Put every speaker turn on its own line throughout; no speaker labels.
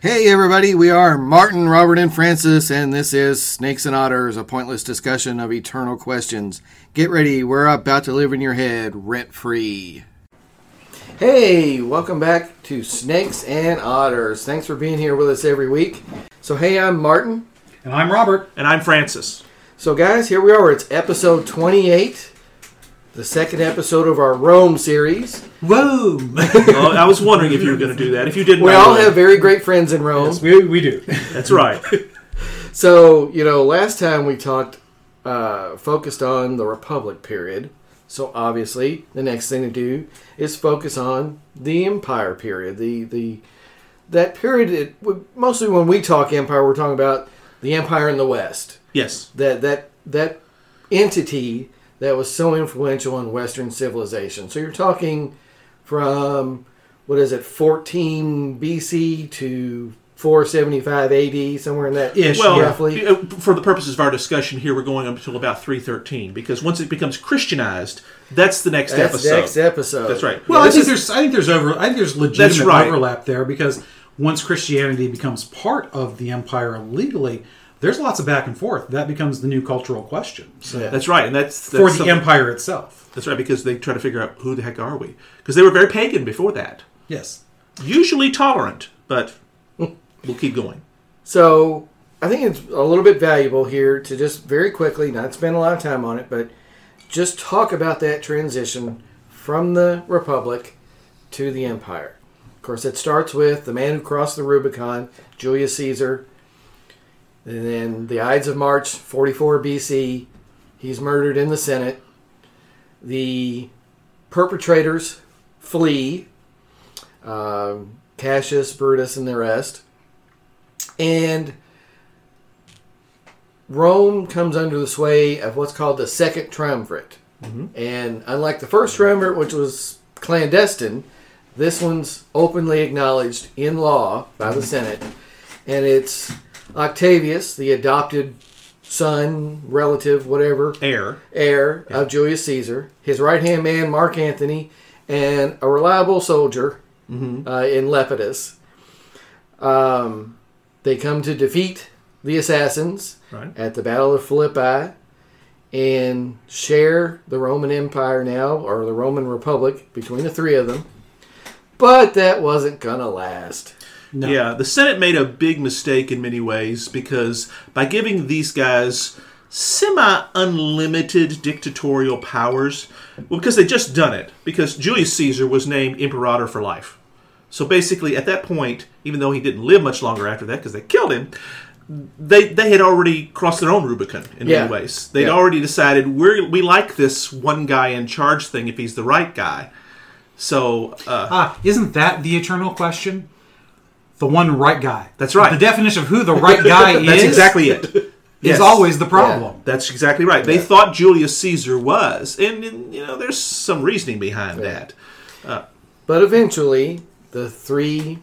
Hey, everybody, we are Martin, Robert, and Francis, and this is Snakes and Otters, a pointless discussion of eternal questions. Get ready, we're about to live in your head rent free. Hey, welcome back to Snakes and Otters. Thanks for being here with us every week. So, hey, I'm Martin.
And I'm Robert.
And I'm Francis.
So, guys, here we are. It's episode 28, the second episode of our Rome series.
Whoa!
Well, I was wondering if you were going to do that. If you didn't,
We
by the
all
way.
have very great friends in Rome.
we, we do.
That's right.
So, you know, last time we talked, uh, focused on the Republic period. So, obviously, the next thing to do is focus on the Empire period. The, the, that period, it, w- mostly when we talk Empire, we're talking about the Empire in the West.
Yes.
That, that, that entity that was so influential in Western civilization. So, you're talking from, what is it, 14 BC to 475 AD, somewhere in that
Ish,
Well,
roughly.
uh, for the purposes of our discussion here, we're going up until about 313 because once it becomes Christianized, that's the next
That's
episode.
next episode.
That's right.
Well, I
This
think
is-
there's I think there's over I think there's legitimate
right.
overlap there because once Christianity becomes part of the empire legally, there's lots of back and forth. That becomes the new cultural question so,
Yeah.
that's right, and that's, that's
for the
something-
empire itself.
That's right, because they try to figure out who the heck are we? Because they were very pagan before that.
Yes.
Usually tolerant, but we'll keep going.
So I think it's a little bit valuable here to just very quickly, not spend a lot of time on it, but just talk about that transition from the Republic to the Empire. Of course, it starts with the man who crossed the Rubicon, Julius Caesar, and then the Ides of March, 44 BC. He's murdered in the Senate. The perpetrators flee. Um, Cassius, Brutus, and the rest. And Rome comes under the sway of what's called the Second Triumvirate. And unlike the First Triumvirate, which was clandestine, this one's openly acknowledged in law by the Senate. And it's Octavius, the adopted son, relative, whatever,
Air.
heir of Julius Caesar, his right hand man Mark Antony, and a reliable soldier uh, in Lepidus. Um, they come to defeat the assassins
Right.
at the Battle of Philippi and share the Roman Empire now, or the Roman Republic, between the three of them. But that wasn't going to last.
No.
Yeah, the Senate made a big mistake in many ways because by giving these guys semi unlimited dictatorial powers, well, because they'd just done it, because Julius Caesar was named imperator for life. So basically, at that point, even though he didn't live much longer after that because they killed him, they they had already crossed their own Rubicon in
Yeah.
many ways. They'd
Yeah.
already decided we we like this one guy in charge thing if he's the right guy. So uh,
Ah, isn't that the eternal question? The one right guy.
That's right.
The definition of who the right guy is
that's exactly it.
is
Yes.
always the problem.
That's exactly right. They thought Julius Caesar was, and, and, you know, there's some reasoning behind that.
But eventually, the three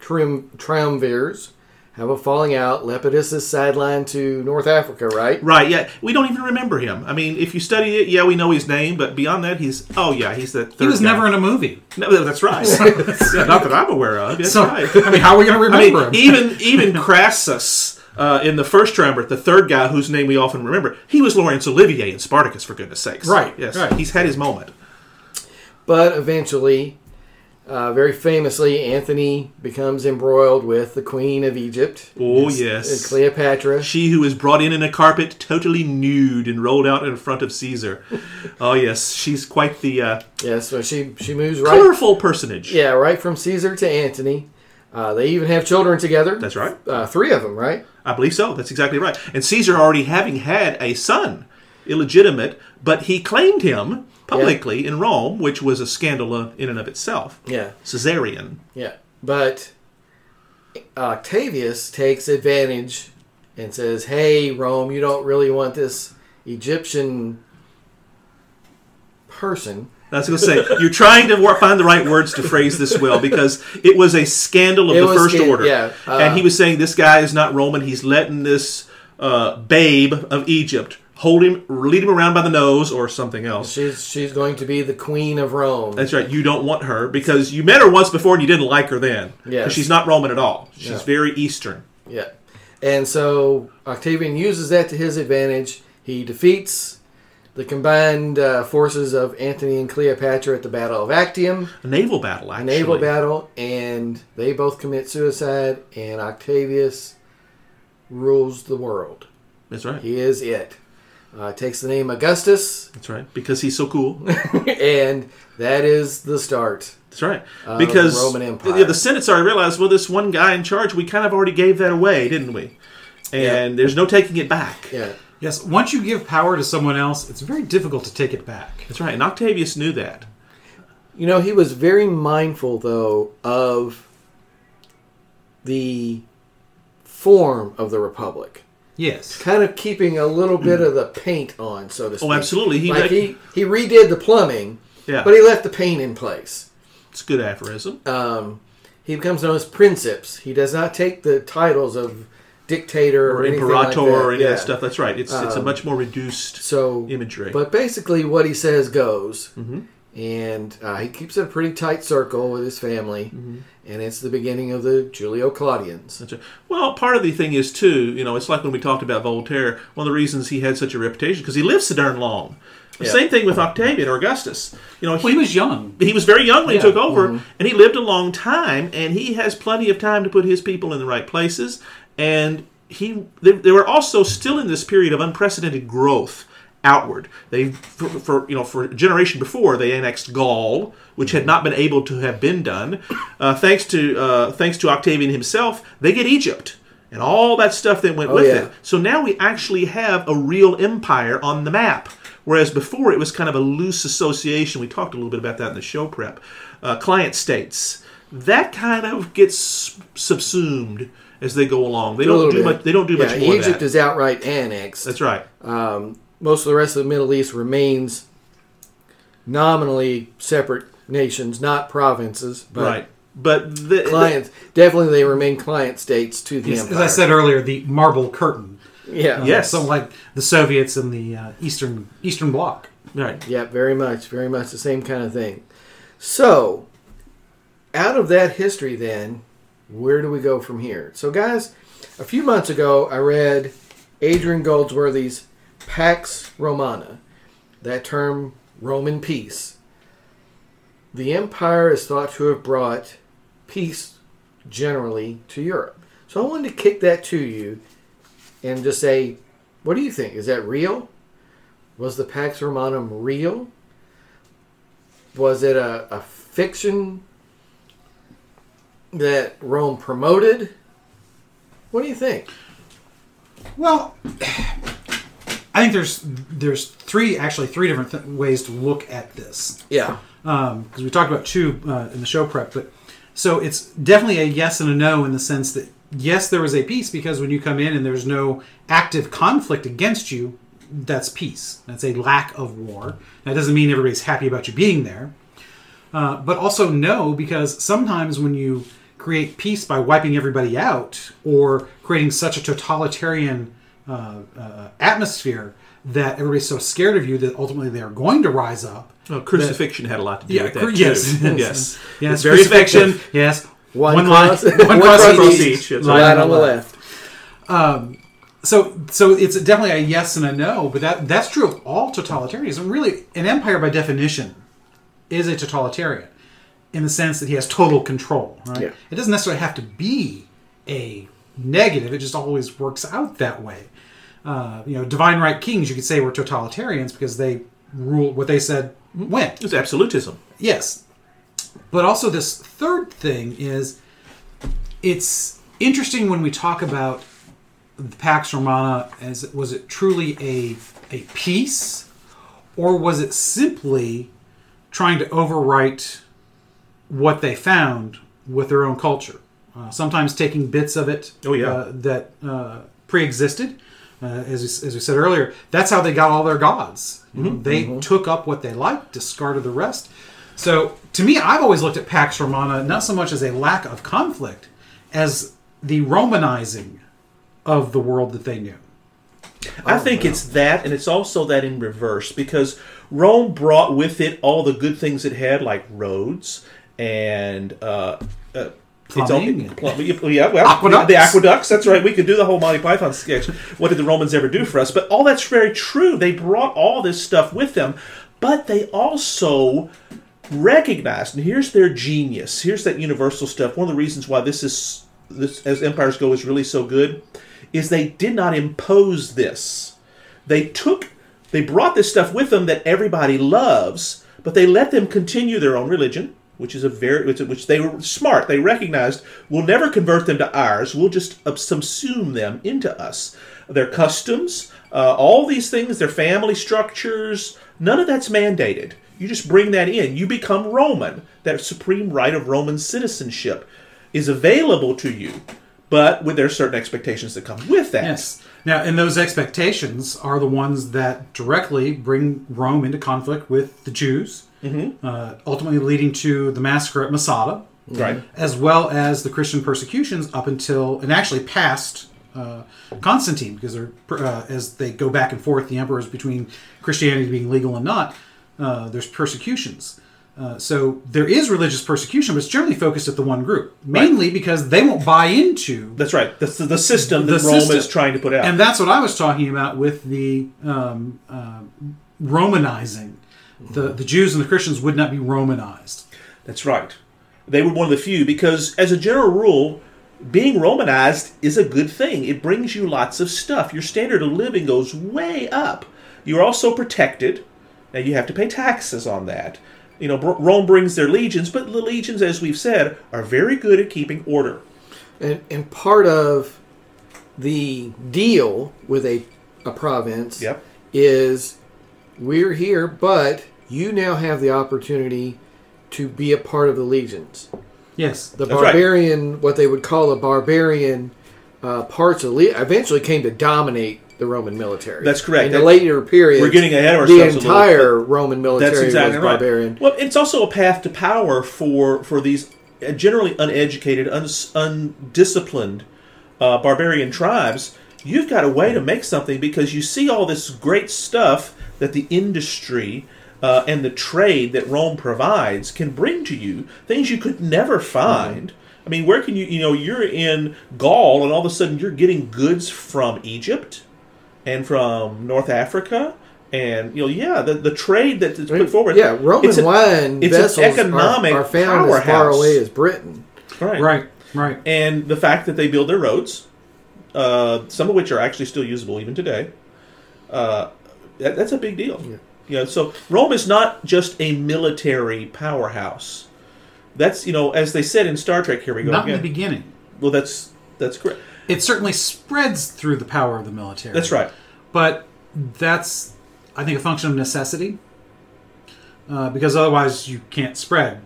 trium- triumvirs have a falling out. Lepidus is sidelined to North Africa, right?
Right? Yeah, we don't even remember him. I mean, if you study it, yeah, we know his name, but beyond that, he's oh yeah, he's that. Third
He was
guy.
never in a movie.
No, that's right. Yeah, Not that I'm aware of. That's
So
right.
I mean, how are we going to
I
remember
mean,
him?
even even Crassus uh, in the first triumvirate, the third guy whose name we often remember, he was Laurence Olivier in Spartacus, for goodness sakes.
Right,
Yes.
right.
He's had his moment.
But eventually, uh, very famously, Anthony becomes embroiled with the Queen of Egypt,
Oh
and
yes.
Cleopatra.
She who was brought in in a carpet, totally nude, and rolled out in front of Caesar. oh yes, she's quite the uh,
Yeah, so she she moves right,
colorful personage.
yeah, right from Caesar to Antony. Uh, they even have children together.
That's right.
Uh, three of them, right?
I believe so. That's exactly right. And Caesar already having had a son, illegitimate, but he claimed him publicly in Rome, which was a scandal in and of itself.
Yeah.
Caesarian.
Yeah, but uh, Octavius takes advantage and says, "Hey, Rome, you don't really want this Egyptian person."
I was going to say, you're trying to wor- find the right words to phrase this well because it was a scandal of
It
the
was
first
scan-
order.
yeah, uh,
and he was saying, this guy is not Roman. He's letting this uh, babe of Egypt, hold him, lead him around by the nose, or something else.
She's she's going to be the queen of Rome.
That's right. You don't want her because you met her once before and you didn't like her then.
Yes.
'Cause She's not Roman at all. She's
Yeah.
very Eastern.
Yeah. And so Octavian uses that to his advantage. He defeats the combined uh, forces of Antony and Cleopatra at the Battle of Actium,
A naval battle,
a
actually.
naval battle, and they both commit suicide, and Octavius rules the world.
That's right.
He is it. Uh, takes the name Augustus,
That's right. Because he's so cool.
and that is the start.
That's right.
Uh,
because
the Roman Empire.
Yeah, the Senate's already realized, well, this one guy in charge, we kind of already gave that away, didn't we? And there's no taking it back.
Yeah.
Yes, once you give power to someone else, it's very difficult to take it back.
That's right. And Octavius knew that.
You know, he was very mindful, though, of the form of the Republic.
Yes.
Kind of keeping a little bit of the paint on, so to speak.
Oh, absolutely. He
He like
did-
he, he redid the plumbing,
Yeah.
but he left the paint in place.
It's a good aphorism.
Um, he becomes known as Princeps. He does not take the titles of dictator or,
or
anything
Imperator
like that.
or any of
Yeah. Um,
that stuff. That's right. It's, it's a much more reduced.
So
Imagery. Mm-hmm.
but basically what he says goes, and uh, he keeps it a pretty tight circle with his family,
Mm-hmm.
and it's the beginning of the Julio Claudians.
That's right. Well, part of the thing is too, you know, it's like when we talked about Voltaire. One of the reasons he had such a reputation because he lived so darn long. The
Yeah.
same thing with Octavian or Augustus. You know, he,
Well, he was young.
he was very young when he
Yeah.
took over, and he lived a long time, and he has plenty of time to put his people in the right places. And he, they, they were also still in this period of unprecedented growth outward. They, for, for you know, for a generation before, they annexed Gaul, which had not been able to have been done, uh, thanks to uh, thanks to Octavian himself. They get Egypt. And all that stuff that went with
yeah.
it. So now we actually have a real empire on the map. Whereas before it was kind of a loose association. We talked a little bit about that in the show prep. Uh, client states. That kind of gets subsumed as they go along. They don't do much. They don't do
yeah,
much more. of
Egypt
that.
is outright annexed.
That's right.
Most of the rest of the Middle East remains nominally separate nations, not provinces, but
right. But the,
clients. Definitely, they remain client states to the
Yes,
empire.
as I said earlier, the Marble Curtain.
yeah,
Uh,
Yes.
So like the Soviets and the uh, Eastern Eastern Bloc.
right.
Yeah, very much, very much the same kind of thing. So, out of that history, then, where do we go from here? So, guys, a few months ago, I read Adrian Goldsworthy's Pax Romana, that term, Roman peace. The empire is thought to have brought peace generally to Europe. So, I wanted to kick that to you and just say, what do you think? Is that real? Was the Pax Romanum real? Was it a, a fiction that Rome promoted? What do you think?
Well, I think there's there's three actually three different th- ways to look at this.
Yeah.
because Um, we talked about two uh, in the show prep. But so it's definitely a yes and a no in the sense that yes, there was a peace because when you come in and there's no active conflict against you, that's peace. That's a lack of war. That doesn't mean everybody's happy about you being there, uh, but also no because sometimes when you create peace by wiping everybody out or creating such a totalitarian uh, uh, atmosphere that everybody's so scared of you that ultimately they're going to rise up
Well, crucifixion had a lot to do
yeah,
with that
cru-
too.
yes.
yes.
Yes,
It's very
crucifixion.
effective.
Yes,
One,
line-
cross,
one cross each.
each. It's
Line, on the left.
So, so it's definitely a yes and a no. But that that's true of all totalitarianism. Really, an empire by definition is a totalitarian in the sense that he has total control. Right.
Yeah.
It doesn't necessarily have to be a negative. It just always works out that way. Uh, you know, divine right kings. You could say were totalitarians because they ruled what they said went.
It's absolutism.
Yes. But also, this third thing is it's interesting when we talk about the Pax Romana as was it truly a, a peace or was it simply trying to overwrite what they found with their own culture? Uh, sometimes taking bits of it
Oh, yeah.
uh, that uh, pre existed. Uh, as, we, as we said earlier, that's how they got all their gods. You
Mm-hmm.
know, they took up what they liked, discarded the rest. So, to me, I've always looked at Pax Romana not so much as a lack of conflict as the Romanizing of the world that they knew.
I think it's that, and it's also that in reverse because Rome brought with it all the good things it had, like roads and uh, uh, its own-
Plumbing.
plumbing. Yeah, well,
Aqueducts.
the aqueducts. That's right. We could do the whole Monty Python sketch. What did the Romans ever do for us? But all that's very true. They brought all this stuff with them, but they also recognized, and here's their genius. Here's that universal stuff. One of the reasons why this is this, as empires go, is really so good, is they did not impose this. They took, they brought this stuff with them that everybody loves, but they let them continue their own religion, which is a very, which, which they were smart. They recognized we'll never convert them to ours. We'll just uh, subsume them into us. Their customs, uh, all these things, their family structures, none of that's mandated. You just bring that in. You become Roman. That supreme right of Roman citizenship is available to you, but with there are certain expectations that come with that.
Yes. Now, and those expectations are the ones that directly bring Rome into conflict with the Jews, uh, ultimately leading to the massacre at Masada,
Right.
as well as the Christian persecutions up until and actually past uh, Constantine, because they're uh, as they go back and forth, the emperors between Christianity being legal and not. Uh, there's persecutions. Uh, so there is religious persecution, but it's generally focused at the one group, mainly because they won't buy into
That's right. That's the, the system
The
that Rome
system.
is trying to put out.
and that's what I was talking about with the um, uh, Romanizing. The
Mm-hmm.
the Jews and the Christians would not be Romanized.
That's right. They were one of the few because, as a general rule, being Romanized is a good thing. It brings you lots of stuff. Your standard of living goes way up. You're also protected. Now you have to pay taxes on that. You know, Bro- Rome brings their legions, but the legions, as we've said, are very good at keeping order.
And, and part of the deal with a, a province
Yep.
is we're here, but you now have the opportunity to be a part of the legions.
Yes,
The
That's right.
barbarian, what they would call the barbarian uh, parts of le- eventually came to dominate the Roman military.
That's correct.
In
That-
the later period,
we're getting ahead of
The
ourselves a little
entire Roman military
That's exactly
was
right.
barbarian.
Well, it's also a path to power for for these uh, generally uneducated, uns, undisciplined uh, barbarian tribes. You've got a way to make something because you see all this great stuff that the industry uh, and the trade that Rome provides can bring to you. Things you could never find.
Mm-hmm.
I mean, where can you you know you're in Gaul and all of a sudden you're getting goods from Egypt and from North Africa. And you know, yeah, the, the trade that- that's put forward.
Yeah, Roman
it's a-
wine
it's an
vessels are-
economic
are, found as far
powerhouse.
away as Britain.
right.
right, right.
And the fact that they build their roads, uh, some of which are actually still usable even today, uh, that, that's a big deal. Yeah. You know, so Rome is not just a military powerhouse. That's you know, as they said in Star Trek. Here we go
Not in
again.
the beginning.
well, that's that's correct.
It certainly spreads through the power of the military.
That's right.
but that's I think a function of necessity, uh, because otherwise you can't spread.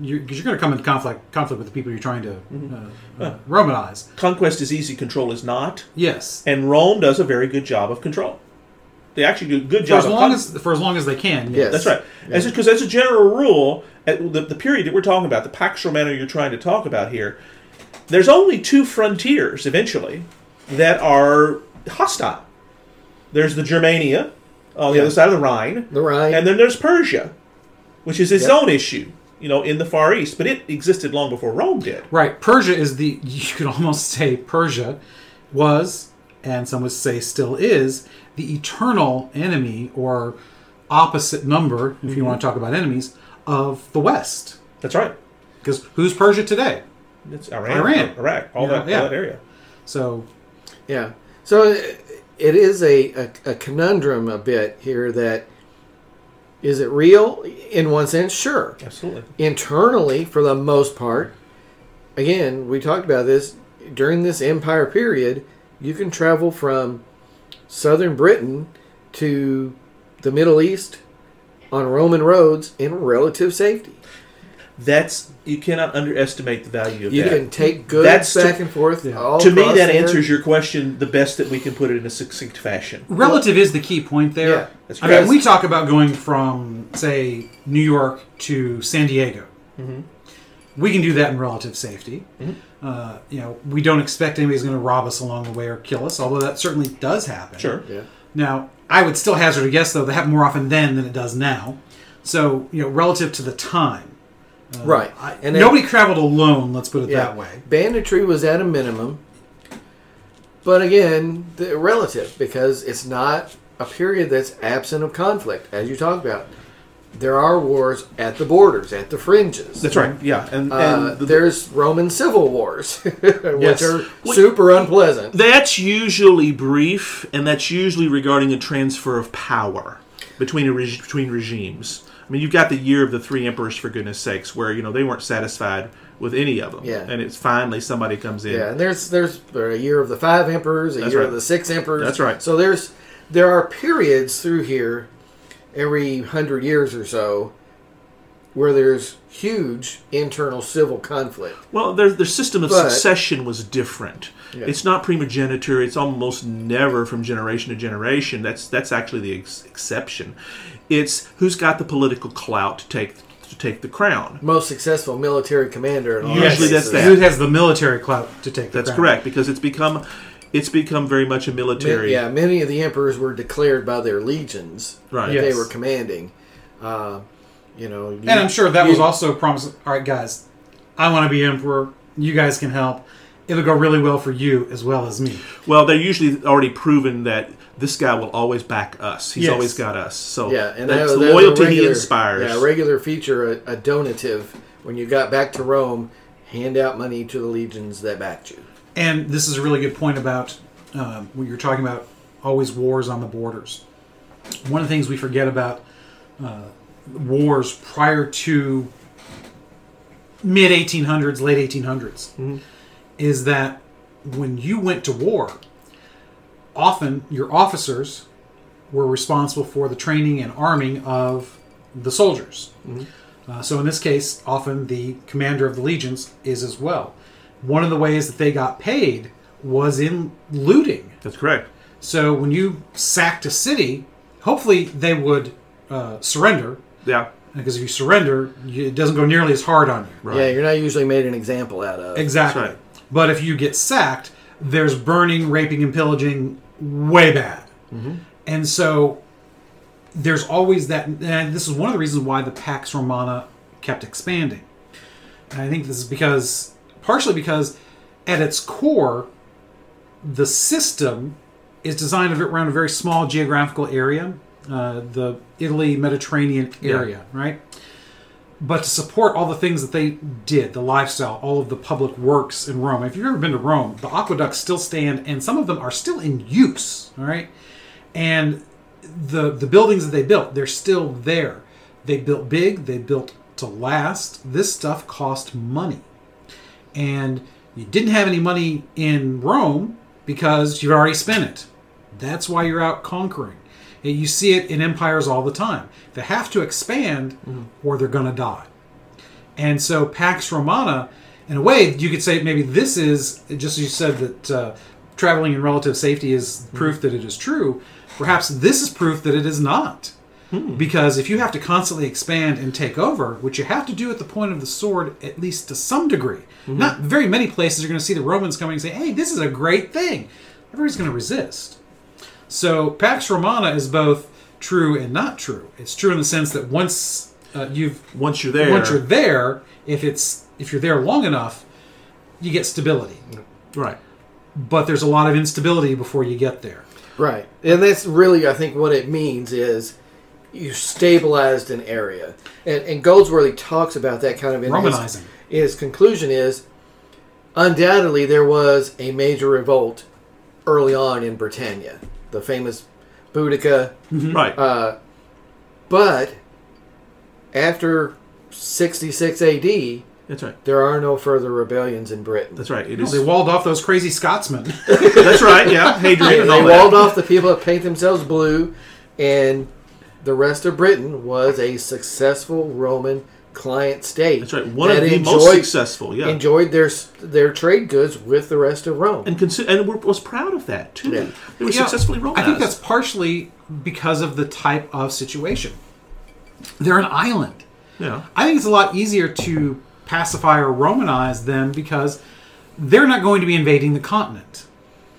You're, 'cause you're going to come into conflict conflict with the people you're trying to
Mm-hmm.
uh, uh, Romanize.
Conquest is easy. Control is not.
Yes,
And Rome does a very good job of control. They actually do a good
for
job.
as
of
long
con-
as for as long as they can.
Yes.
That's right. Because as, 'cause as a general rule, at the, the period that we're talking about, the Pax Romana you're trying to talk about here, there's only two frontiers eventually that are hostile. There's the Germania on the other side of the Rhine,
The Rhine.
and then there's Persia, which is its
Yep.
own issue, you know, in the Far East. But it existed long before Rome did.
Right. Persia is the, you could almost say Persia was, and some would say still is, the eternal enemy or opposite number, if
Mm-hmm.
you want to talk about enemies, of the West.
That's right.
Because who's Persia today?
It's Iran,
Iran.
Iraq, all,
Yeah,
that,
yeah.
all that area.
So,
Yeah. So uh, it is a, a, a conundrum a bit here that is it real? In one sense, sure.
Absolutely.
Internally, for the most part, again, we talked about this during this empire period, you can travel from southern Britain to the Middle East on Roman roads in relative safety.
That's you cannot underestimate the value of
You
that.
can take goods
That's to-
back and forth.
yeah.
All
to me,
across
that
there.
answers your question the best that we can put it in a succinct fashion.
relative is the key point there.
Yeah,
that's
I mean,
correct.
we
Mm-hmm.
talk about going from, say, New York to San Diego. we can do that in relative safety. Uh, you know, we don't expect anybody's going to rob us along the way or kill us, although that certainly does happen.
Sure.
Yeah.
Now, I would still hazard a guess, though, that happened more often then than it does now. So, you know, relative to the time,
right.
I,
And then-
nobody traveled alone. Let's put it
yeah,
that way.
Banditry was at a minimum. But again, the relative because it's not a period that's absent of conflict, as you talked about. There are wars at the borders, at the fringes.
That's right. Yeah, and,
Uh,
and the-
there's Roman civil wars, which
Yes.
are
Wait.
super unpleasant.
that's usually brief, and that's usually regarding a transfer of power between a reg- between regimes. I mean, you've got the year of the three emperors, for goodness sakes, where you know they weren't satisfied with any of them,
Yeah.
and it's finally somebody comes in.
Yeah, and there's there's a year of the five emperors, a
That's
year of
right.
the six emperors.
That's right.
So there's there are periods through here, every hundred years or so, where there's huge internal civil conflict.
Well, their, their system of
But-
succession was different.
Yeah.
It's not primogeniture. It's almost never from generation to generation. That's that's actually the ex- exception. It's who's got the political clout to take to take the crown.
Most successful military commander. In all
Yes. Usually
cases.
that's that.
Who has the military clout to take the
That's
crown.
correct because it's become it's become very much a
Ma-
military.
Yeah, many of the emperors were declared by their legions
Right.
that
Yes.
they were commanding. Uh, you know, you-
And I'm sure that was
you-
also a promise. All right, guys, I want to be emperor. You guys can help. It'll go really well for you as well as me.
Well, they're usually already proven that this guy will always back us. He's
Yes.
always got us. So
Yeah, and
that's
that,
the
that was a
loyalty he
regular-
inspires.
Yeah, a regular feature, a, a donative. When you got back to Rome, hand out money to the legions that backed you.
And this is a really good point about um, what you're talking about always wars on the borders. One of the things we forget about uh, wars prior to mid 1800s, late 1800s, is that when you went to war, often your officers were responsible for the training and arming of the soldiers. Uh, so in this case, often the commander of the legions is as well. One of the ways that they got paid was in looting.
That's correct.
So when you sacked a city, hopefully they would uh, surrender
Yeah.
because if you surrender, you, it doesn't go nearly as hard on you.
Right.
Yeah, you're not usually made an example out of.
Exactly.
That's right.
But if you get sacked, there's burning, raping, and pillaging way bad.
Mm-hmm.
And so there's always that. And this is one of the reasons why the Pax Romana kept expanding. And I think this is because, partially because at its core, the system is designed around a very small geographical area, uh, the Italy Mediterranean area, right? But to support all the things that they did, the lifestyle, all of the public works in Rome. If you've ever been to Rome, the aqueducts still stand, and some of them are still in use. All right, and the the buildings that they built, they're still there. They built big. They built to last. This stuff cost money, and you didn't have any money in Rome because you've already spent it. That's why you're out conquering. And You see it in empires all the time. They have to expand or they're going to die. And so Pax Romana, in a way, you could say maybe this is, just as you said, that uh, traveling in relative safety is proof that it is true. Perhaps this is proof that it is not. Because if you have to constantly expand and take over, which you have to do at the point of the sword, at least to some degree, not very many places are going to see the Romans coming and say, hey, this is a great thing. Everybody's going to resist. So Pax Romana is both true and not true. It's true in the sense that once uh, you've
Once you're there,
once you're there, if it's if you're there long enough, you get stability.
right.
But there's a lot of instability before you get there.
Right. And that's really, I think, what it means is you stabilized an area. And, and Goldsworthy talks about that kind of in his-
Romanizing.
His, conclusion is undoubtedly there was a major revolt early on in Britannia, the famous Boudica
Right.
Uh, But after 66 AD,
that's right.
there are no further rebellions in Britain.
That's right. It
You know,
is.
they walled off those crazy Scotsmen.
That's right. Yeah, Hadrian
They,
and
they
all
walled
that.
off the people that paint themselves blue, and the rest of Britain was a successful Roman client state.
That's right. One
that
of the most successful. Yeah,
enjoyed their their trade goods with the rest of Rome.
and consi- and we're, was proud of that too.
Yeah.
They were
Yeah,
successfully Romanized.
I think that's partially because of the type of situation. They're an island.
yeah.
I think it's a lot easier to pacify or Romanize them because they're not going to be invading the continent.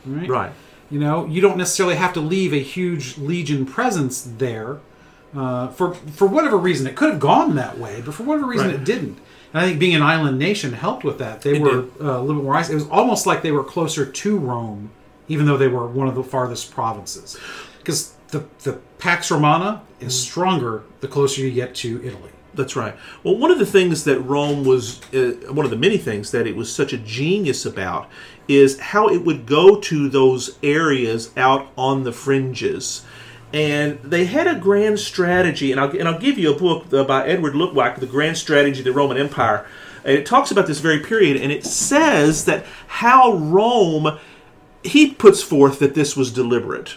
Right?
Right.
You know, you don't necessarily have to leave a huge legion presence there. Uh, for for whatever reason, it could have gone that way, but for whatever reason,
Right.
it didn't. And I think being an island nation helped with that. They
It
were
did.
uh, a little bit more. It was almost like they were closer to Rome, even though they were one of the farthest provinces, because the the Pax Romana is
Mm.
stronger the closer you get to Italy.
That's right. Well, one of the things that Rome was, uh, one of the many things that it was such a genius about is how it would go to those areas out on the fringes. And they had a grand strategy, and I'll, and I'll give you a book uh, by Edward Lutwak, The Grand Strategy of the Roman Empire. And it talks about this very period, and it says that how Rome, he puts forth that this was deliberate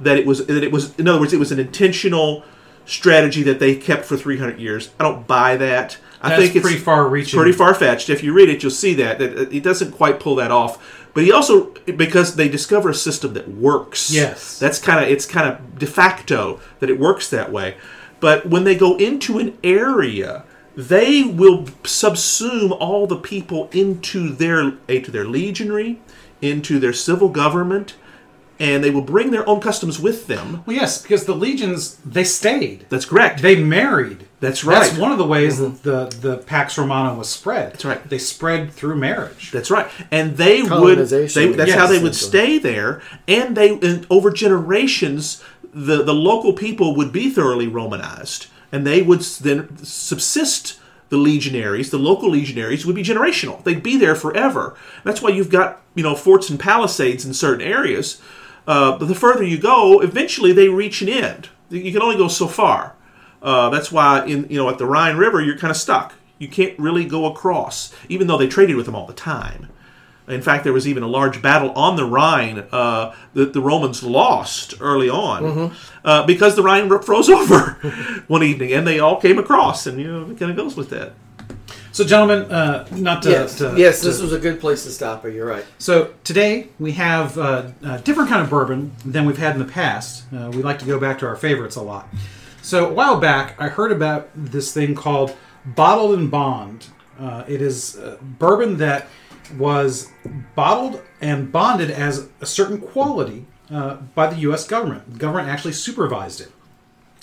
that it was that it was in other words it was an intentional strategy that they kept for 300 years i don't buy that i
That's
think it's
pretty far-reaching.
pretty far-fetched if you read it you'll see that that uh, he doesn't quite pull that off but he also because they discover a system that works
Yes.
that's kind of it's kind of de facto that it works that way but when they go into an area they will subsume all the people into their into their legionary into their civil government and they will bring their own customs with them
Well, yes, because the legions they stayed,
that's correct
they married.
That's right.
That's one of the ways that the the Pax Romana was spread. That's
right.
They spread through marriage.
That's right, and they would.
Colonization.
They, that's
Yes,
how they would
essentially.
stay there, and they and over generations, the the local people would be thoroughly Romanized, and they would s- then subsist. The legionaries, the local legionaries, would be generational. They'd be there forever. That's why you've got you know forts and palisades in certain areas. Uh, but the further you go, eventually they reach an end. You can only go so far. Uh, that's why in you know at the Rhine River you're kind of stuck. You can't really go across, even though they traded with them all the time. In fact, there was even a large battle on the Rhine uh, that the Romans lost early on
Mm-hmm.
uh, because the Rhine froze over one evening, and they all came across. And you know, it kind of goes with that.
So, gentlemen, uh, not to,
Yes,
to-
yes,
to-
uh,
this was a good place to stop. But you're right.
so today we have uh, a different kind of bourbon than we've had in the past. Uh, we like to go back to our favorites a lot. So a while back, I heard about this thing called bottled and bond. Uh, it is uh, bourbon that was bottled and bonded as a certain quality uh, by the U.S. government. The government actually supervised it.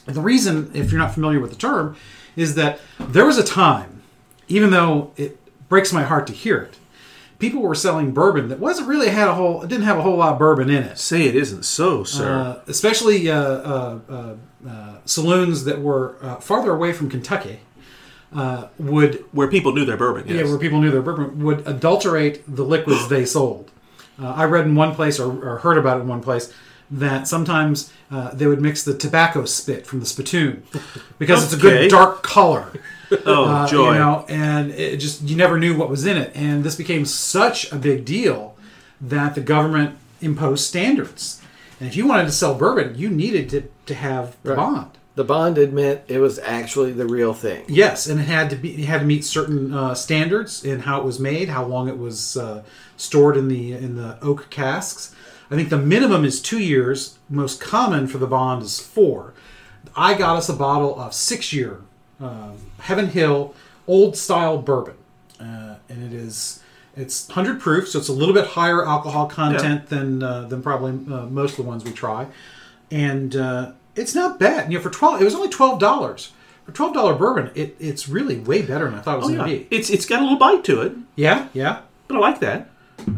And the reason, if you're not familiar with the term, is that there was a time, even though it breaks my heart to hear it, people were selling bourbon that wasn't really had a whole, it didn't have a whole lot of bourbon in it.
Say it isn't so, sir.
Uh, especially uh, uh, uh, uh, saloons that were uh, farther away from Kentucky uh, would
where people knew their bourbon. Yes.
yeah, where people knew their bourbon would adulterate the liquids they sold. Uh, I read in one place or, or heard about it in one place that sometimes uh, they would mix the tobacco spit from the spittoon because it's a
Okay.
good dark color.
oh
Uh,
joy!
You know, and it just you never knew what was in it, and this became such a big deal that the government imposed standards. And if you wanted to sell bourbon, you needed to, to have the bond.
The bonded meant it was actually the real thing.
Yes, and it had to be it had to meet certain uh, standards in how it was made, how long it was uh, stored in the in the oak casks. I think the minimum is two years. Most common for the bond is four. I got us a bottle of six year um, Heaven Hill old style bourbon, uh, and it is it's hundred proof, so it's a little bit higher alcohol content than uh, than probably uh, most of the ones we try and uh, it's not bad. You know, for twelve, it was only twelve dollars for twelve dollar bourbon. It, it's really way better than I thought it was
Oh,
going to
yeah.
be.
It's it's got a little bite to it,
Yeah, yeah.
but I like that.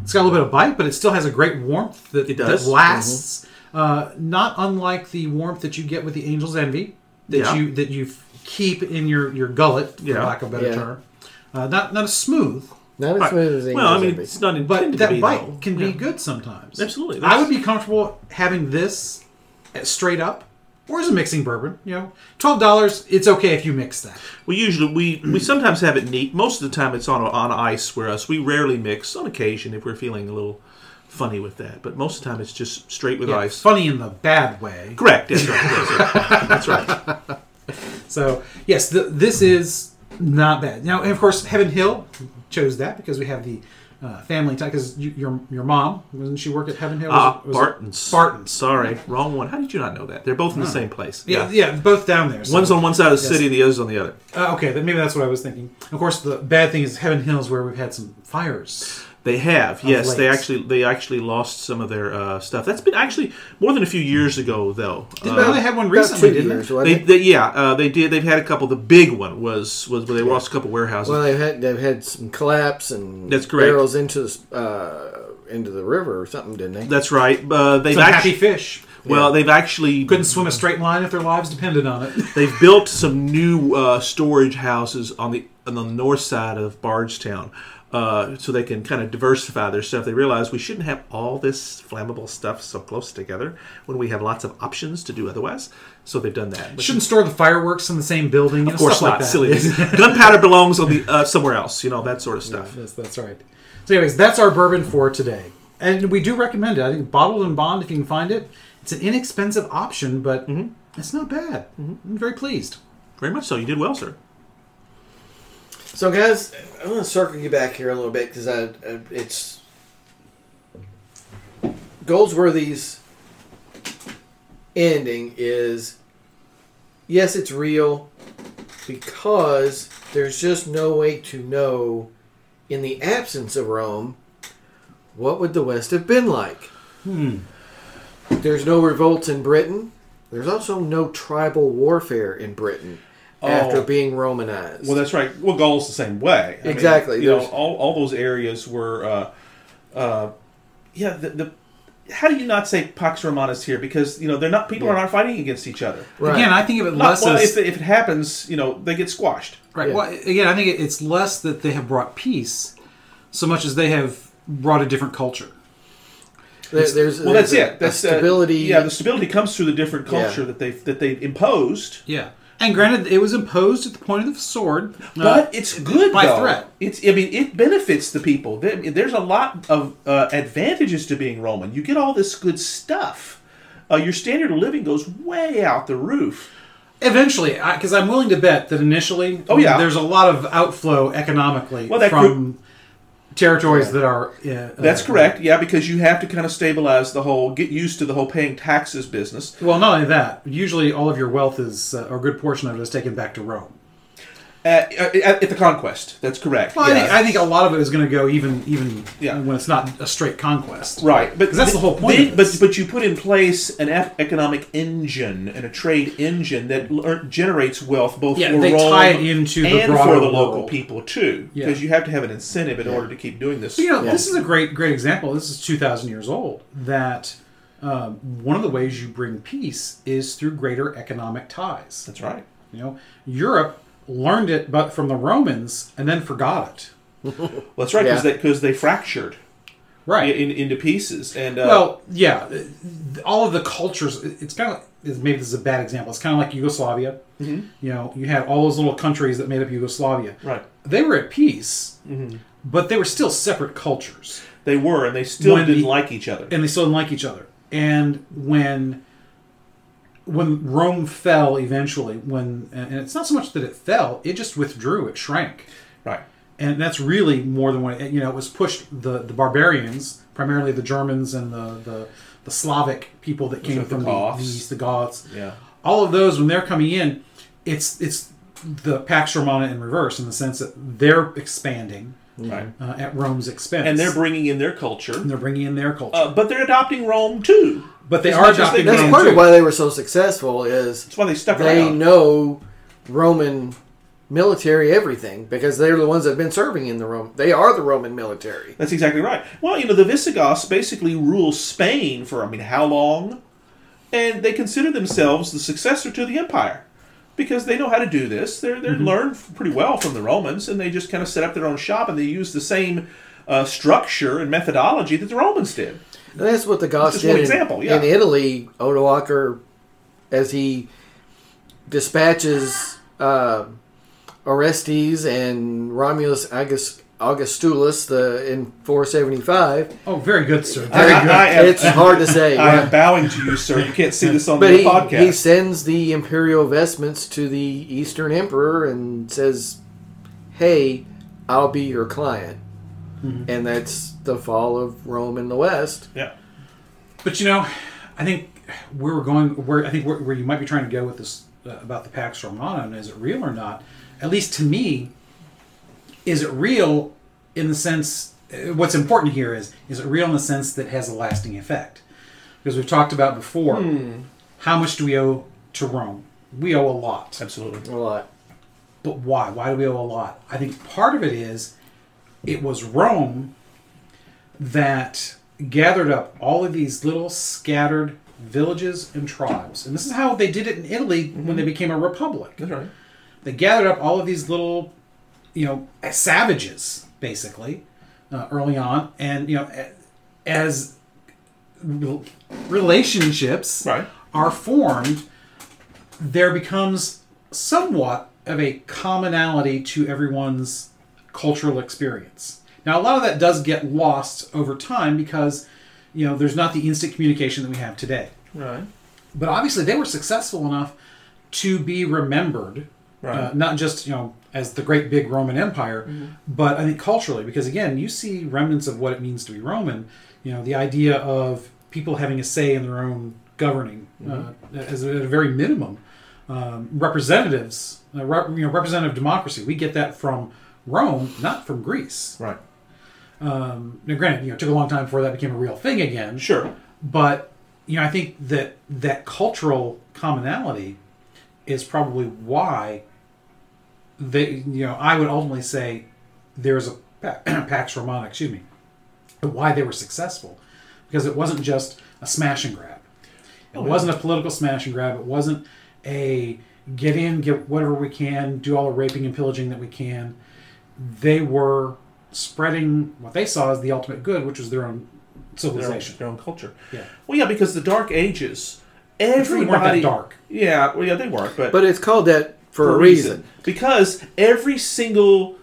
It's got a little bit of bite, but it still has a great warmth that
It does.
that lasts. Uh, not unlike the warmth that you get with the Angel's Envy that
Yeah.
you that you f- keep in your your gullet, for
Yeah.
lack of a better
Yeah.
term. Uh, not not as smooth,
Not as smooth as
Well, I mean,
English.
it's not
but
intended
that
to be
bite
though.
can
Yeah.
be good sometimes.
Absolutely.
I
That's-
would be comfortable having this as- straight up or as a mixing bourbon. You know, twelve dollars. It's okay if you mix that.
We usually we we sometimes have it neat. Most of the time, it's on on ice. for us we rarely mix. On occasion, if we're feeling a little funny with that, but most of the time, it's just straight with
Yeah,
ice.
Funny in the bad way.
Correct. That's right. That's right. That's right.
So yes, th this is not bad. Now, and of course, Heaven Hill chose that because we have the uh, family tie because you, your your mom doesn't she work at Heaven Hill? Was
Ah,
it- was it-
Barton's.
Barton's.
Sorry, wrong one. How did you not know that? They're both in the same place.
Yeah, yeah, both down there. so-
One's on one side of the
Yes.
city, the other's on the other.
Uh, okay, then maybe that's what I was thinking. Of course, the bad thing is Heaven Hill is where we've had some fires.
They have, yes. They
late.
actually they actually lost some of their uh, stuff. That's been actually more than a few years ago, though.
Didn't
Uh,
they had one
About
recently?
two
Didn't
years,
they?
wasn't
they,
it?
they, yeah, uh, they did. They've had a couple. The big one was was where they lost a couple warehouses.
Well, they've had they've had some collapse and
That's correct.
barrels into the s- uh, into the river or something, didn't they?
That's right. Uh, they've
Some happy
actually
fish
well, they've actually
couldn't swim a straight line if their lives depended on it.
They've built some new uh, storage houses on the on the north side of Bardstown, uh, so they can kind of diversify their stuff. They realize we shouldn't have all this flammable stuff so close together when we have lots of options to do otherwise. So they've done that. Which-
Shouldn't store the fireworks in the same building.
of course
stuff
not.
Like that.
Silly. Gunpowder belongs on the uh, somewhere else. You know that sort of stuff.
Yes, that's right. So, anyways, that's our bourbon for today, and we do recommend it. I think bottled and bond, if you can find it, it's an inexpensive option, but
Mm-hmm.
it's not bad. I'm very pleased.
Very much so. You did well, sir.
So, guys, I'm going to circle you back here a little bit because I, I it's Goldsworthy's ending is yes, it's real because there's just no way to know in the absence of Rome what would the West have been like.
Hmm.
There's no revolts in Britain. There's also no tribal warfare in Britain after
Oh.
being Romanized.
Well, that's right. Well, Gaul's the same way. I mean,
Exactly.
you know,
There's-
all, all those areas were, uh, uh, yeah. The, the how do you not say Pax Romanus here? Because you know they're not people are not fighting against each other.
Right.
Again, I think of it
Not,
less
well,
as
if, if it happens, you know they get squashed.
Right.
Yeah.
Well, again, I think it- it's less that they have brought peace, so much as they have brought a different culture.
There, there's
Well, that's
there's a-
it. That's
a
uh,
stability.
yeah, the stability comes through the different culture
Yeah.
that they that they've imposed.
Yeah. And granted, it was imposed at the point of the sword.
But
Uh,
it's good
by
though.
threat.
It's I mean it benefits the people. There- There's a lot of uh, advantages to being Roman. You get all this good stuff. Uh, your standard of living goes way out the roof.
eventually, because I'm willing to bet that initially,
Oh, yeah.
there's a lot of outflow economically
Well, that
from territories that are. Uh,
That's
uh,
correct. Yeah, because you have to kind of stabilize the whole, get used to the whole paying taxes business.
Well, not only that. Usually, all of your wealth is, uh, or a good portion of it, is taken back to Rome.
Uh, At, at, the conquest, that's correct.
Well, I,
yeah.
think, I think a lot of it is going to go even, even
Yeah.
when it's not a straight conquest.
right, but
'Cause that's the whole point
then-
of
but
this.
but you put in place an ec- economic engine and a trade engine that lear- generates wealth both
Yeah,
for
they
Rome
tie it into the
and for
broader
the local
world.
people too,
Yeah.
because you have to have an incentive in order to keep doing this.
But, you know, this is a great, great example. This is two thousand years old. That um, one of the ways you bring peace is through greater economic ties.
that's right.
You know, Europe learned it, but from the Romans, and then forgot
Well, that's right because
Yeah.
they, 'cause they fractured
it. Right.
in, into pieces and uh,
well, yeah. th- All of the cultures. it- It's kind of maybe this is a bad example. It's kind of like Yugoslavia. You know, you had all those little countries that made up Yugoslavia.
right.
They were at peace, but they were still separate cultures.
They were, and they still
When
didn't
the-
like each other.
and they still didn't like each other. And when when Rome fell eventually, when and it's not so much that it fell, it just withdrew, it shrank,
Right.
and that's really more than what it, you know. It was pushed the the barbarians, primarily the Germans and the the, the Slavic people that came
are the
from the,
Goths.
the East, the Goths,
Yeah.
all of those when they're coming in, it's it's the Pax Romana in reverse in the sense that they're expanding
Mm-hmm.
Right.
uh, at Rome's expense,
and they're bringing in their culture,
And they're bringing in their culture,
uh, but they're adopting Rome too.
but they
as
are
much as they
adopting
can.
That's
Rome
part
too.
of why they were so successful is
That's why they stuck
they
around.
know Roman military everything because they're the ones that have been serving in the Rome. They are the Roman military.
That's exactly right. Well, you know, the Visigoths basically rule Spain for I mean how long, and they consider themselves the successor to the empire because they know how to do this. They're they are learned pretty well from the Romans, and they just kind of set up their own shop and they use the same. Uh, structure and methodology that the Romans did.
And that's what the Goths
Just one
did in,
example, yeah.
in Italy. Odoacer, as he dispatches uh, Orestes and Romulus August, Augustulus the in 475.
Oh, very good, sir.
I-
Very
I-
good.
I am-
it's hard to say.
I am bowing to you, sir. You can't see this on
But
the
he,
podcast.
he sends the imperial vestments to the Eastern Emperor and says, "Hey, I'll be your client." and that's the fall of Rome in the West.
Yeah.
But you know, I think where we're going, where I think where, where you might be trying to go with this uh, about the Pax Romana and is it real or not? At least to me, is it real in the sense? uh, What's important here is is it real in the sense that it has a lasting effect? Because we've talked about before, how much do we owe to Rome? We owe a lot.
Absolutely.
A lot.
But why? Why do we owe a lot? I think part of it is it was Rome that gathered up all of these little scattered villages and tribes. And this is how they did it in Italy when they became a republic.
Mm-hmm. That's right.
They gathered up all of these little, you know, savages, basically, uh, early on. And, you know, a- as rel- relationships
Right.
are formed, there becomes somewhat of a commonality to everyone's cultural experience. Now, a lot of that does get lost over time because, you know, there's not the instant communication that we have today.
Right.
But obviously, they were successful enough to be remembered, uh,
Right.
not just, you know, as the great big Roman Empire, but I think culturally, because again, you see remnants of what it means to be Roman, you know, the idea of people having a say in their own governing,
Mm-hmm.
uh, as a, at a very minimum. Um, representatives, uh, rep, you know, representative democracy, we get that from Rome, not from Greece.
Right.
Now, granted, you know, it took a long time before that became a real thing again
Sure.
but you know i think that that cultural commonality is probably why they you know i would ultimately say there's a pa- pax romana excuse me why they were successful because it wasn't just a smash and grab it wasn't a political smash and grab it wasn't a get in get whatever we can do all the raping and pillaging that we can they were spreading what they saw as the ultimate good which was their own
Their own,
civilization
their own culture.
Yeah.
Well, yeah, because the Dark Ages,
really
everybody
weren't that dark.
Yeah. Well, yeah, they weren't, but
But it's called that for, a reason.
Because every single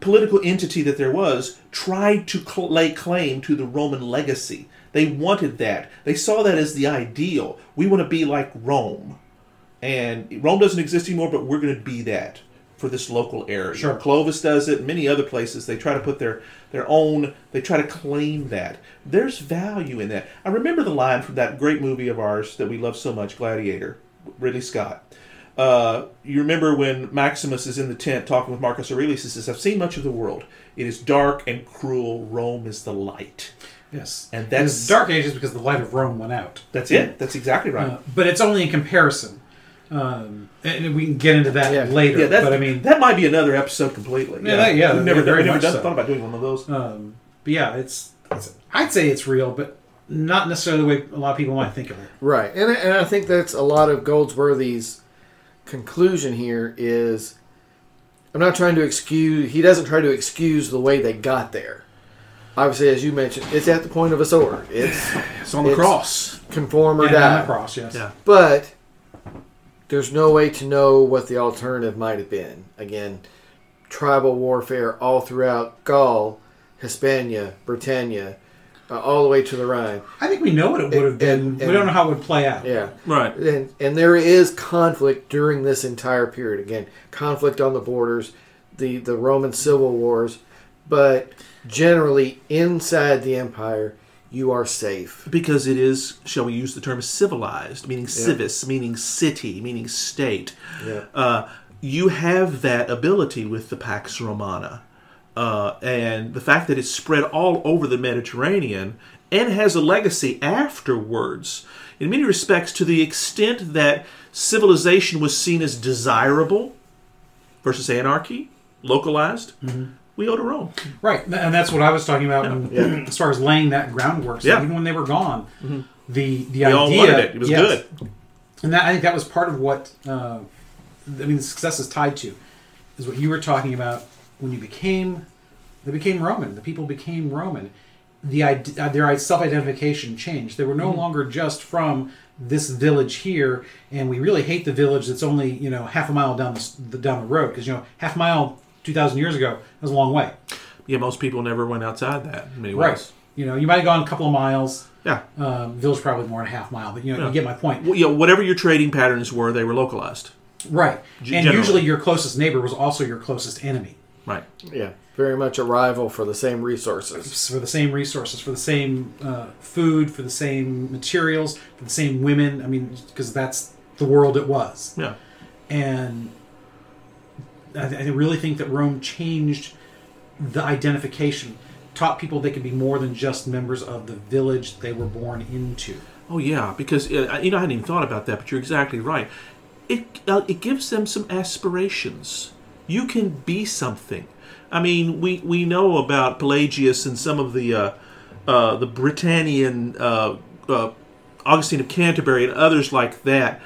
political entity that there was tried to cl- lay claim to the Roman legacy. They wanted that. They saw that as the ideal. We want to be like Rome. And Rome doesn't exist anymore, but we're going to be that for this local area.
Sure.
Clovis does it. Many other places they try to put their their own. They try to claim that. There's value in that. I remember the line from that great movie of ours that we love so much, Gladiator, Ridley Scott. Uh, you remember when Maximus is in the tent talking with Marcus Aurelius? He says, "I've seen much of the world. It is dark and cruel. Rome is the light."
Yes,
And
It
that's-
was Dark Ages because the light of Rome went out.
That's it. That's exactly right.
Uh, but it's only in comparison, um, and we can get into that
Yeah.
later.
yeah, that's,
but I mean,
that might be another episode completely.
Yeah, that- yeah,
we've never,
yeah, very
we've never
much
done,
so.
thought about doing one of those.
um, but yeah, it's, it's. I'd say it's real, but not necessarily the way a lot of people might think of it.
Right, and I, and I think that's a lot of Goldsworthy's conclusion here is I'm not trying to excuse. He doesn't try to excuse the way they got there. Obviously, as you mentioned, it's at the point of a sword. It's
It's on
the It's-
cross.
conform or
And on the
die.
cross, yes.
Yeah.
But there's no way to know what the alternative might have been. Again, tribal warfare all throughout Gaul, Hispania, Britannia, uh, all the way to the Rhine.
I think we know what it would have been.
And-
we
and-
don't know how it would play out.
Yeah.
Right.
And, and there is conflict during this entire period. Again, conflict on the borders, the, the Roman civil wars, but generally inside the empire, you are safe.
Because it is, shall we use the term civilized, meaning civis, meaning city, meaning state.
Yeah.
Uh, you have that ability with the Pax Romana. Uh, and the fact that it's spread all over the Mediterranean and has a legacy afterwards, in many respects, to the extent that civilization was seen as desirable versus anarchy, localized,
Mm-hmm.
we owe to Rome.
Right, th- and that's what I was talking about when, as far as laying that groundwork. So
Yeah. Mm-hmm.
even when they were gone, the the
We
idea
all wanted it. It was
yes.
good.
and that I think that was part of what uh, I mean. The success is tied to is what you were talking about when you became they became Roman. The people became Roman. The ide- uh, their self identification changed. They were no longer just from this village here, and we really hate the village that's only you know half a mile down the, s- the down the road because you know half a mile two thousand years ago was a long way,
Yeah, most people never went outside that in many ways.
right? You know, you might have gone a couple of miles.
Yeah.
Um, village probably more than a half mile, but you know you get my point.
Well, you know, whatever your trading patterns were, they were localized.
Right.
G-
and
generally.
usually your closest neighbor was also your closest enemy.
Right.
Yeah, very much a rival for the same resources.
for the same resources, for the same uh, food, for the same materials, for the same women. I mean, because that's the world it was.
Yeah.
and I, I really think that Rome changed the identification, taught people they could be more than just members of the village they were born into.
Oh yeah, because uh, you know I hadn't even thought about that, but you're exactly right. It uh, it gives them some aspirations. You can be something. I mean, we we know about Pelagius and some of the uh, uh, the Britannian uh, uh, Augustine of Canterbury and others like that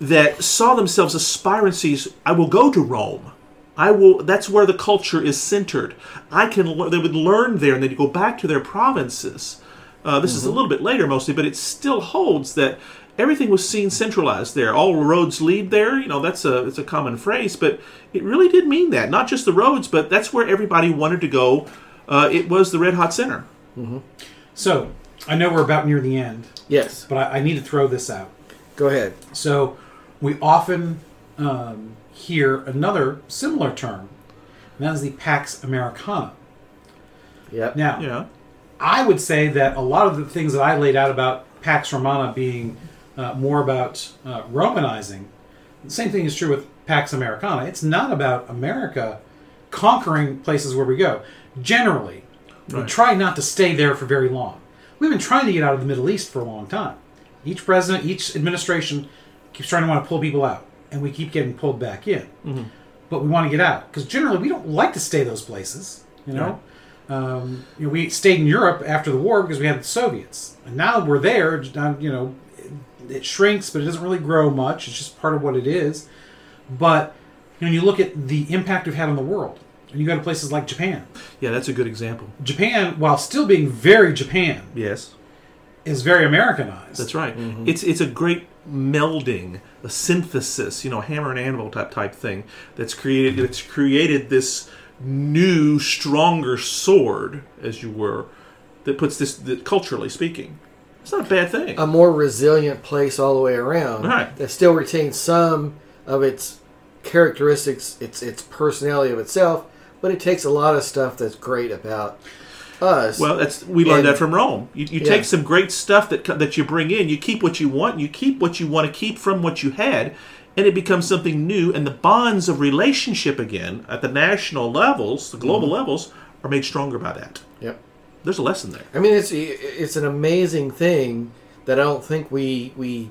that saw themselves aspirancies. I will go to Rome. I will. That's where the culture is centered. I can. lear- They would learn there, and then go back to their provinces. Uh, this is a little bit later, mostly, but it still holds that everything was seen centralized there. All roads lead there. You know, that's a it's a common phrase, but it really did mean that. Not just the roads, but that's where everybody wanted to go. Uh, it was the red hot center.
So I know we're about near the end,
Yes,
but I, I need to throw this out.
go ahead.
So we often um, hear another similar term, and that is the Pax Americana.
Yep.
Now,
Yeah.
I would say that a lot of the things that I laid out about Pax Romana being uh, more about uh, Romanizing, the same thing is true with Pax Americana. It's not about America conquering places where we go. Generally, we
Right.
try not to stay there for very long. We've been trying to get out of the Middle East for a long time. Each president, each administration keeps trying to want to pull people out, and we keep getting pulled back in. But we want to get out because generally we don't like to stay those places. You know, um, you know, we stayed in Europe after the war because we had the Soviets, and now we're there. uh, You know, it- it shrinks, but it doesn't really grow much. It's just part of what it is. But when you look at the impact we've had on the world, and you go to places like Japan,
Yeah, that's a good example.
Japan, while still being very Japan,
Yes.
is very Americanized.
That's right.
Mm-hmm.
It's it's a great melding, a synthesis, you know, hammer and anvil type type thing that's created
Mm-hmm.
that's created this new, stronger sword, as you were, that puts this that, culturally speaking. It's not a bad thing.
A more resilient place all the way around
Right.
that still retains some of its characteristics, its its personality of itself, but it takes a lot of stuff that's great about us.
well, that's we learned
and-
that from Rome. You, you
Yeah.
take some great stuff that co- that you bring in, you keep what you want, and you keep what you want to keep from what you had, and it becomes something new. And the bonds of relationship again at the national levels, the global
Mm-hmm.
levels, are made stronger by that.
yep.
There's a lesson there.
I mean, it's it's an amazing thing that I don't think we we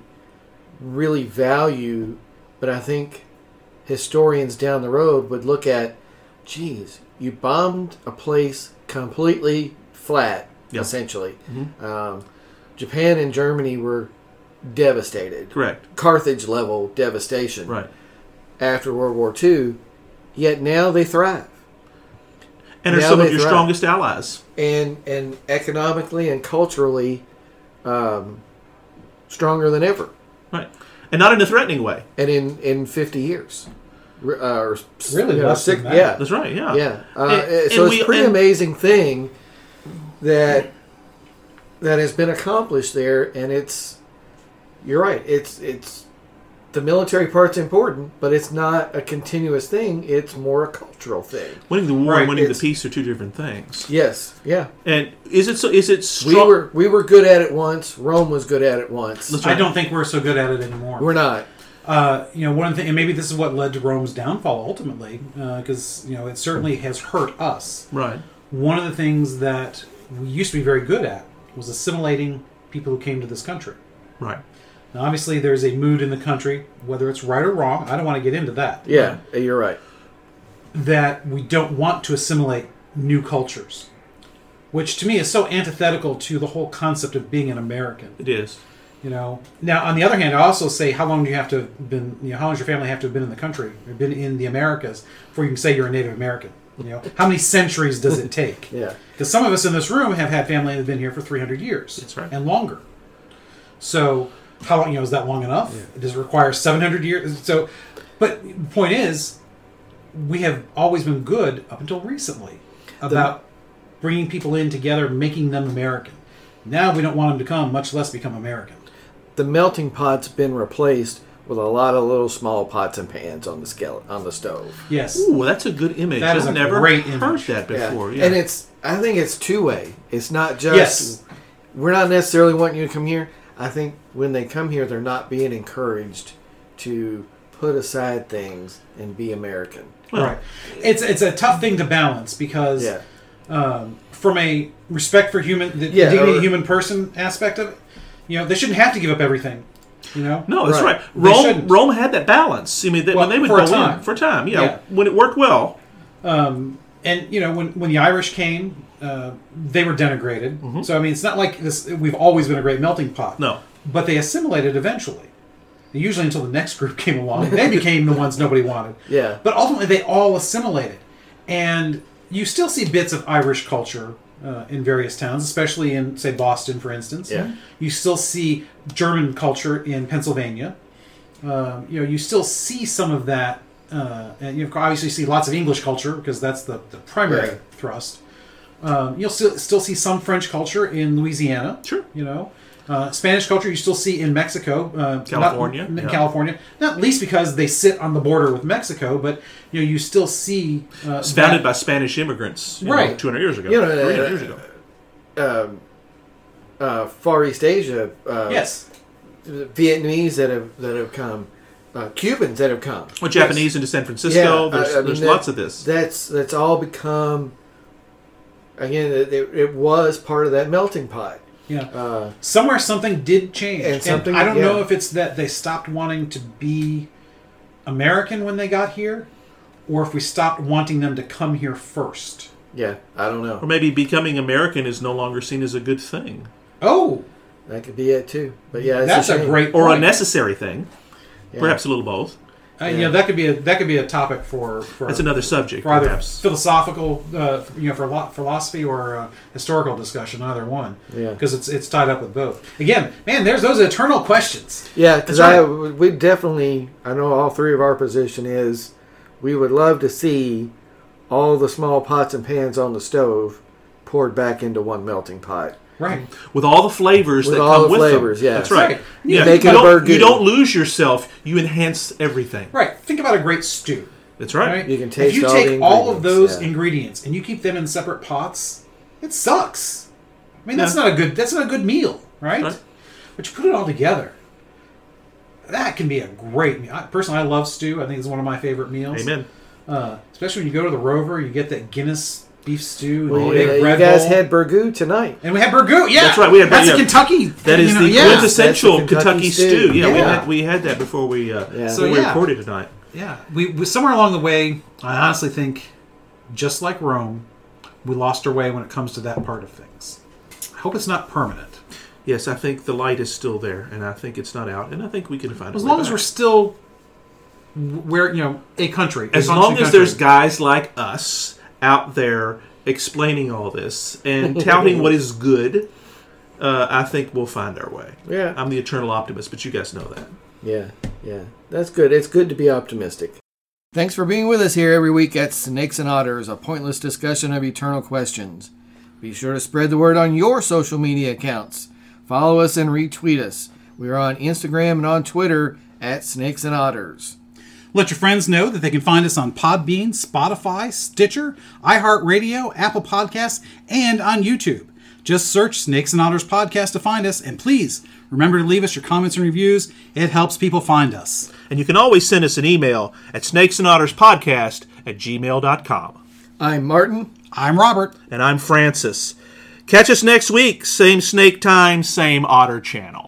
really value, but I think historians down the road would look at, geez, you bombed a place completely flat,
Yeah. Mm-hmm.
essentially. Um, Japan and Germany were devastated,
Correct.
Carthage level devastation
Right.
after World War II. Yet now they thrive.
And are
Now
some of
they
your
thrive.
strongest allies.
and and economically and culturally um, stronger than ever,
Right. And not in a threatening way.
and in in fifty years, R- uh, or s-
Really
you know,
less than
six-
that.
yeah,
That's right, yeah.
yeah. Uh,
And-
so
and
it's
we-
a pretty
and-
amazing thing that that has been accomplished there, and it's you're right. It's it's the military part's important, but it's not a continuous thing. It's more a cultural thing.
Winning the war
Right,
and winning the
it's-
peace are two different things.
Yes, yeah.
And is it so is it
We
strong
were we were good at it once. Rome was good at it once.
Let's-
I don't think we're so good at it anymore.
We're not.
uh, you know, one thing, and maybe this is what led to Rome's downfall ultimately, because you know it certainly has hurt us.
Right.
One of the things that we used to be very good at was assimilating people who came to this country.
Right.
Now, obviously, there's a mood in the country, whether it's right or wrong. I don't want to get into that.
Yeah, Uh, you're right.
That we don't want to assimilate new cultures, which to me is so antithetical to the whole concept of being an American.
It is.
You know. Now, on the other hand, I also say, how long do you have to have been? You know, how long does your family have to have been in the country or been in the Americas before you can say you're a Native American? You know, how many centuries does it take?
Yeah.
Because some of us in this room have had family that have been here for 300 years.
That's right.
And longer. So, how long, you know, is that long enough? Does it require 700 years? So, but the point is, we have always been good up until recently about bringing people in together, making them American. Now we don't want them to come, much less become American.
The melting pot's been replaced with a lot of little small pots and pans on the skele- on the stove.
Yes.
Ooh, that's a good image.
That is
I've
a
never
great
heard
image.
that before. Yeah.
and it's I think it's two way. It's not just
Yes.
we're not necessarily wanting you to come here. I think when they come here, they're not being encouraged to put aside things and be American.
right. It's it's a tough thing to balance because
Yeah,
um, from a respect for human the
Yeah,
dignity
or-
of human person aspect of it, you know, they shouldn't have to give up everything. You know?
no, that's
Right.
right.
They
Rome
shouldn't.
Rome had that balance. I mean, that,
Well,
when they would
for a
go
time.
in for time, yeah,
Yeah.
when it worked well.
Um, and you know, when when the Irish came, uh, they were denigrated.
Mm-hmm.
So I mean, it's not like this. We've always been a great melting pot.
No.
but they assimilated eventually. Usually, until the next group came along, they became the ones nobody wanted.
Yeah.
But ultimately, they all assimilated, and you still see bits of Irish culture uh, in various towns, especially in say Boston, for instance.
Yeah.
You still see German culture in Pennsylvania. Um, you know, you still see some of that, uh, and you obviously see lots of English culture because that's the, the primary
Yeah.
thrust. Um, you'll still still see some French culture in Louisiana.
Sure.
You know, uh, Spanish culture you still see in Mexico, uh, not-
California,
in
yeah.
California, not least because they sit on the border with Mexico, but you know you still see uh,
It's founded
that-
by Spanish immigrants, you
Right.
Two hundred years ago,
You know,
300
uh,
years ago.
um, uh, Far East Asia. Uh,
yes,
Vietnamese that have that have come, uh, Cubans that have come.
Well, Japanese into San Francisco. there's
I- I mean,
there's
that-
lots of this.
That's that's all become. Again, it, it, it was part of that melting pot.
yeah.
Uh,
Somewhere something did change,
And something-
I don't
yeah.
know if it's that they stopped wanting to be American when they got here, or if we stopped wanting them to come here first.
yeah, I don't know.
or maybe becoming American is no longer seen as a good thing
Oh,
That could be it too. But yeah, it's
that's a
shame.
great
or a
point.
necessary thing.
Yeah.
Perhaps a little both.
Uh, you know, that could be a that could be a topic for for
That's another subject,
for either
perhaps.
philosophical, uh, you know, for lo- philosophy or uh, historical discussion, either one.
Yeah.
Because it's it's tied up with both. Again, man, there's those eternal questions.
Yeah, because
That's
I
right.
we definitely I know all three of our position is we would love to see all the small pots and pans on the stove poured back into one melting pot.
Right.
Mm-hmm.
With all the flavors
With
that
all
come
the
with
flavors,
them.
yeah.
That's right.
Right. You
Yeah. You,
make it a
don't,
burger.
you don't lose yourself. You enhance everything.
Right. Think about a great stew.
That's right.
Right.
You can
if
taste
you
all
take
the
all of
ingredients,
those
yeah.
ingredients and you keep them in separate pots, it sucks. I mean, that's
Yeah.
not a good that's not a good meal, right?
Right.
But you put it all together. That can be a great meal. I, personally, I love stew. I think it's one of my favorite meals.
Amen.
Uh, especially when you go to the Rover, you get that Guinness beef stew and
Well,
the big
yeah, uh, you
bread
guys
bowl.
had burgoo tonight.
and we had burgoo. Yeah,
That's right, we had-
that's
yeah.
a Kentucky.
That is
you know,
the
yeah,
quintessential
That's the
Kentucky,
Kentucky
stew.
stew.
Yeah, We,
Yeah.
had, we had that before we uh,
Yeah.
So,
before we
yeah.
recorded tonight.
yeah. We, we somewhere along the way, I honestly think, just like Rome, we lost our way when it comes to that part of things. I hope it's not permanent.
Yes, I think the light is still there, and I think it's not out, and I think we can find. a
As
way
long as
back.
we're still, where you know, a country. a
as
functioning
long as
country.
there's guys like us out there explaining all this and touting what is good, uh, I think we'll find our way.
Yeah.
I'm the eternal optimist, but you guys know that.
Yeah, yeah. That's good. It's good to be optimistic. Thanks for being with us here every week at Snakes and Otters, a pointless discussion of eternal questions. Be sure to spread the word on your social media accounts. Follow us and retweet us. We are on Instagram and on Twitter at Snakes and Otters.
Let your friends know that they can find us on Podbean, Spotify, Stitcher, iHeartRadio, Apple Podcasts, and on YouTube. Just search Snakes and Otters Podcast to find us, and please remember to leave us your comments and reviews. It helps people find us.
And you can always send us an email at snakes and otters podcast at gmail.com.
I'm Martin.
I'm Robert.
And I'm Francis. Catch us next week, same snake time, same otter channel.